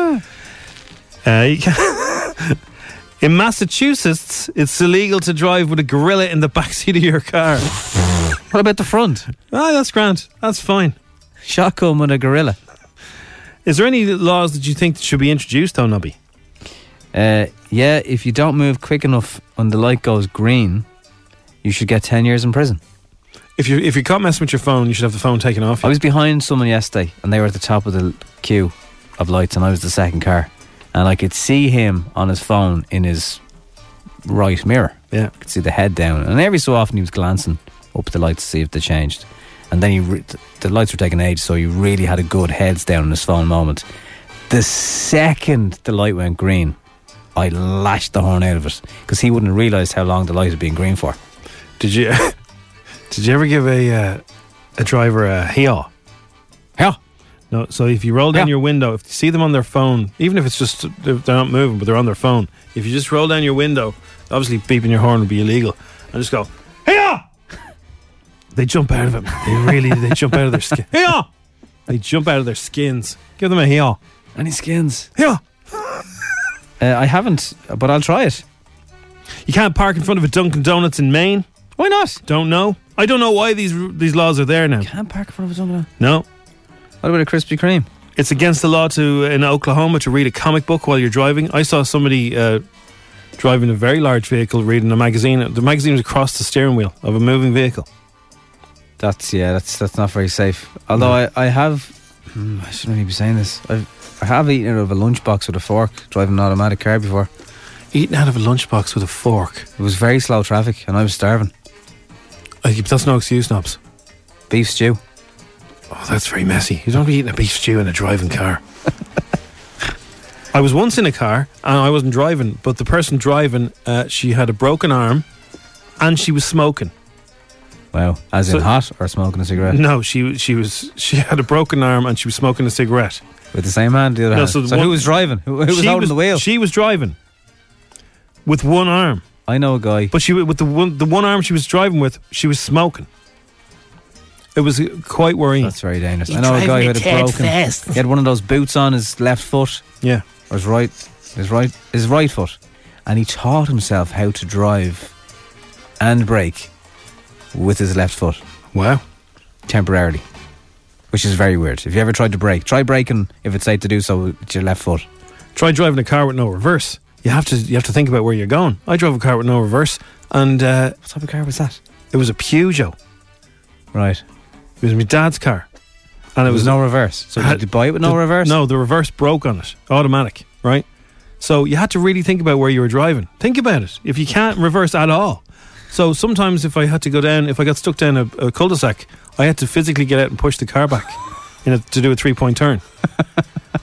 Uh, you can't- in Massachusetts, it's illegal to drive with a gorilla in the backseat of your car.
what about the front?
Ah, that's grand. That's fine.
Shotgun with a gorilla.
Is there any laws that you think should be introduced, though, Nobby?
Uh, yeah, if you don't move quick enough when the light goes green, you should get 10 years in prison.
If you if you can't mess with your phone, you should have the phone taken off.
I
you.
was behind someone yesterday and they were at the top of the queue of lights and I was the second car. And I could see him on his phone in his right mirror.
Yeah.
I could see the head down. And every so often he was glancing up at the lights to see if they changed. And then he re- th- the lights were taking age, so he really had a good heads down in his phone moment. The second the light went green, I lashed the horn out of it because he wouldn't have realised how long the light had been green for.
Did you did you ever give a uh, a driver a heyaw?
Heyaw.
No. So if you roll down
Heyaw.
your window, if you see them on their phone, even if it's just they're they're not moving, but they're on their phone, if you just roll down your window, obviously beeping your horn would be illegal, and just go heyaw. They jump out of it. They really they jump out of their skin. Heyaw. They jump out of their skins. Give them a heyaw.
Any skins?
Heyaw.
Uh, I haven't, but I'll try it.
You can't park in front of a Dunkin' Donuts in Maine.
Why not?
Don't know. I don't know why these these laws are there now.
Can't park in front of a Dunkin'
No.
What about a Krispy Kreme?
It's against the law to in Oklahoma to read a comic book while you're driving. I saw somebody uh, driving a very large vehicle reading a magazine. The magazine was across the steering wheel of a moving vehicle.
That's yeah, that's that's not very safe. Although I, I have, hmm, I shouldn't really be saying this. I've, I have eaten out of a lunchbox with a fork driving an automatic car before.
Eating out of a lunchbox with a fork.
It was very slow traffic, and I was starving.
I keep- that's no excuse, Nobs.
Beef stew.
Oh, that's very messy. You don't be eating a beef stew in a driving car. I was once in a car and I wasn't driving, but the person driving, uh, she had a broken arm and she was smoking.
Wow, as
So-
in hot or smoking a cigarette
No, she she was she had a broken arm and she was smoking a cigarette.
with the same hand, the other
No,
hand.
so
So,
the one-
who was driving? Who, who was
she
holding the wheel?
She was driving with one arm,
I know a guy.
but she with the one the one arm she was driving with, she was smoking. It was quite worrying.
That's very dangerous. I know a guy who had a broken. He had one of those boots on his left foot
yeah,
or his right, his right, his right foot, and he taught himself how to drive and brake with his left foot.
wow.
temporarily, which is very weird. If you ever tried to brake, try braking if it's safe to do so with your left foot.
Try driving a car with no reverse. You have to you have to think about where you're going. I drove a car with no reverse, and uh,
What type of car was that?
it was a Peugeot.
Right.
It was my dad's car, and it
There
was
was no reverse. So did you buy it with no
the-
reverse?
No, the reverse broke on it, automatic, right? So you had to really think about where you were driving. Think about it. If you can't reverse at all, so sometimes if I had to go down, if I got stuck down a, a cul-de-sac, I had to physically get out and push the car back, you know, to do a three-point turn.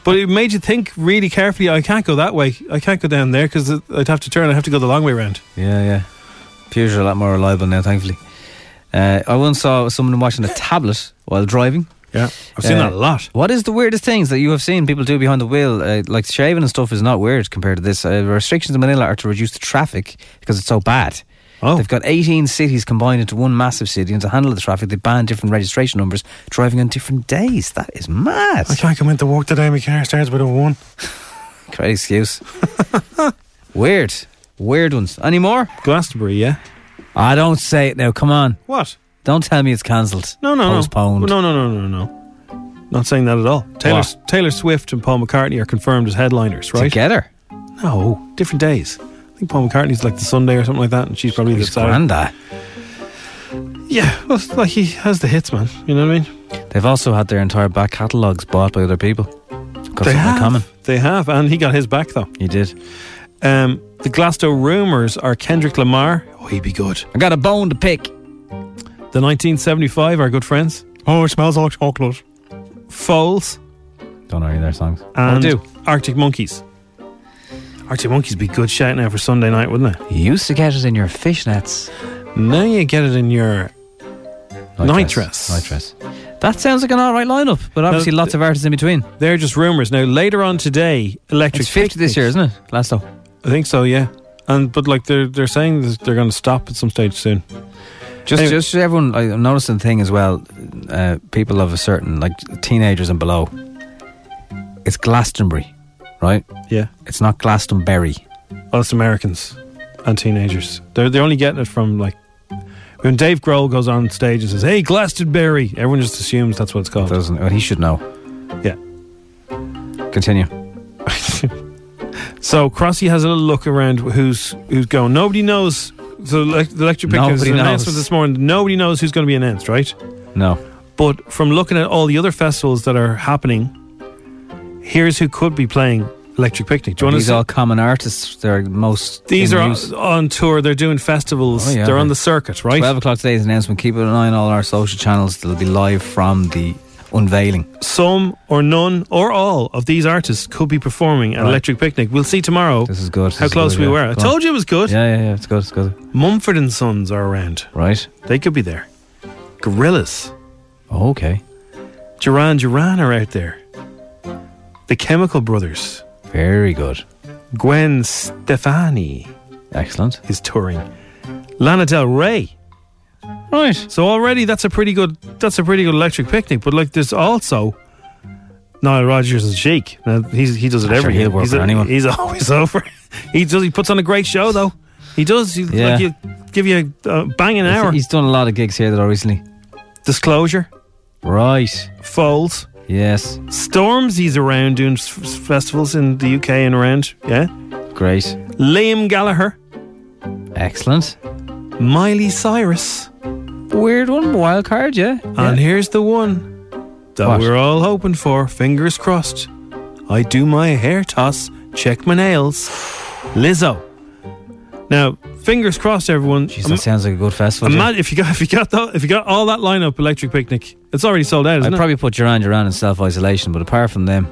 but it made you think really carefully. I can't go that way. I can't go down there because I'd have to turn. I have to go the long way around.
Yeah, yeah. Peugeot are a lot more reliable now, thankfully. Uh, I once saw someone watching a tablet while driving.
Yeah, I've seen
Uh,
that a lot.
What is the weirdest things that you have seen people do behind the wheel? Uh, like shaving and stuff is not weird compared to this. Uh, restrictions in Manila are to reduce the traffic because it's so bad. Oh. They've got 18 cities combined into one massive city, and to handle the traffic, they ban different registration numbers driving on different days. That is mad.
I can't come into work today. My car starts with a one.
Great excuse. Weird. Weird ones. Any more?
Glastonbury, yeah.
I don't say it now. Come on.
What?
Don't tell me it's cancelled.
No, no,
Postponed.
no, no, no, no, no, no. Not saying that at all. Taylor Taylor Swift and Paul McCartney are confirmed as headliners, right?
Together?
No, different days. I think Paul McCartney's like the Sunday or something like that, and she's probably the Saturday.
Granda.
Yeah, well, it's like he has the hits, man. You know what I mean?
They've also had their entire back catalogues bought by other people. Got
they
something
have.
in common.
They have, and he got his back though.
He did.
Um, the Glasgow rumours are Kendrick Lamar. Oh, he'd be good.
I got a bone to pick.
The 1975, our good friends.
Oh, it smells like chocolate.
Foles
Don't know any of their songs.
and
I do.
Arctic Monkeys. Arctic Monkeys be good shout now for Sunday night, wouldn't it?
You used to get it in your fishnets.
Now you get it in your night dress.
Night dress. That sounds like an alright lineup, but obviously
Now,
lots of artists in between.
They're just rumours. Now later on today, Electric
It's 50 this
Picnic-
year, isn't it? Last though.
I think so, yeah. And but like they're they're saying that they're going to stop at some stage soon.
Just,
Anyway.
just everyone. I- I'm noticing the thing as well. Uh, people of a certain, like teenagers and below. It's Glastonbury, right?
Yeah.
It's not Glastonbury.
Well, it's Americans and teenagers. They're they're only getting it from like when Dave Grohl goes on stage and says, "Hey, Glastonbury," everyone just assumes that's what it's called.
Doesn't. Well, he should know.
Yeah.
Continue.
So Crossy has a little look around who's who's going. Nobody knows. So the elec- the electric picnic is
Nobody
an
knows.
announcement this morning. Nobody knows who's going to be announced, right?
No.
But from looking at all the other festivals that are happening, here's who could be playing Electric Picnic. Do you want
These
to?
all common artists. They're most.
These
in
are
use.
on tour. They're doing festivals.
Oh, yeah,
they're on
right.
the circuit, right?
12 o'clock today's announcement. Keep an eye on all our social channels. They'll be live from the unveiling.
Some or none or all of these artists could be performing at
Right.
Electric Picnic. We'll see tomorrow
This is good.
how close we were. I told you it was good.
Yeah, yeah, yeah. It's good. It's good.
Mumford and Sons are around.
Right.
They could be there. Gorillas,
Oh, okay.
Duran Duran are out there. The Chemical Brothers,
Very good.
Gwen Stefani
Excellent.
is touring. Lana Del Rey.
Right.
So already that's a pretty good that's a pretty good electric picnic. But like there's also Nile Rodgers and Sheik. Now he's, he does it
I'm
every
sure he'll
year.
work
he's,
for anyone.
he's always over. he does. He puts on a great show though. He does. He,
Yeah.
Like you give you a uh, banging
He's-
hour.
He's done a lot of gigs here though recently.
Disclosure.
Right.
Foles.
Yes.
Stormzy's around doing s- s- festivals in the UK and around. Yeah.
Great.
Liam Gallagher.
Excellent.
Miley Cyrus.
Weird one. Wild card, yeah.
And here's the one that
What?
we're all hoping for. Fingers crossed. I do my hair toss, check my nails. Lizzo. Now, fingers crossed, everyone.
Jeez, that sounds like a good festival.
Ima-
yeah.
ima- if you got if you got tho- if you got all that lineup, Electric Picnic, it's already sold out,
I'd
isn't
probably put Duran Duran in self isolation, but apart from them,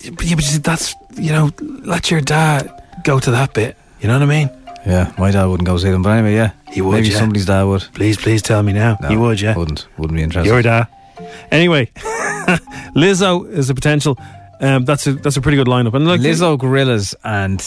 it? But, yeah, but you see, that's you know, let your dad go to that bit. You know what I mean?
yeah, my dad wouldn't go see them. But anyway, yeah,
He would,
Maybe
yeah.
somebody's dad would.
Please, please tell me now.
No,
you would, yeah?
Wouldn't. Wouldn't be interested.
Your dad. Anyway, Lizzo is a potential. Um, that's a that's a pretty good lineup. And look,
Lizzo, Gorillas, and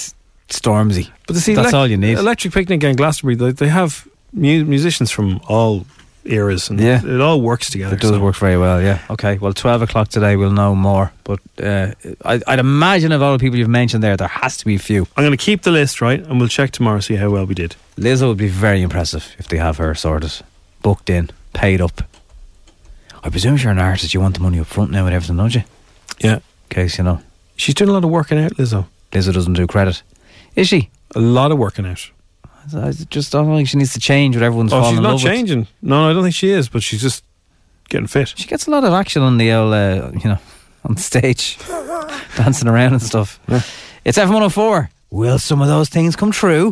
Stormzy.
But you see,
that's
elec-
all you need.
Electric Picnic and Glastonbury, they, they have mu- musicians from all eras, and
Yeah.
it all works together.
It does
so.
work very well, yeah. Okay, well, 12 o'clock today, we'll know more. But uh, I, I'd imagine of all the people you've mentioned there, there has to be a few.
I'm going to keep the list right, and we'll check tomorrow see how well we did.
Lizzo would be very impressive if they have her sorted, booked in, paid up. I presume if you're an artist, you want the money up front now and everything, don't you? In
Yeah,
case, you know,
she's doing a lot of working out, Lizzo.
Lizzo doesn't do credit. Is she?
A lot of working out.
I I just don't think she needs to change what everyone's
oh,
falling
she's
in
not
love with.
changing. No, I don't think she is, but she's just getting fit.
She gets a lot of action on the old, uh, you know, on stage, dancing around and stuff. oh It's F104. Will some of those things come true?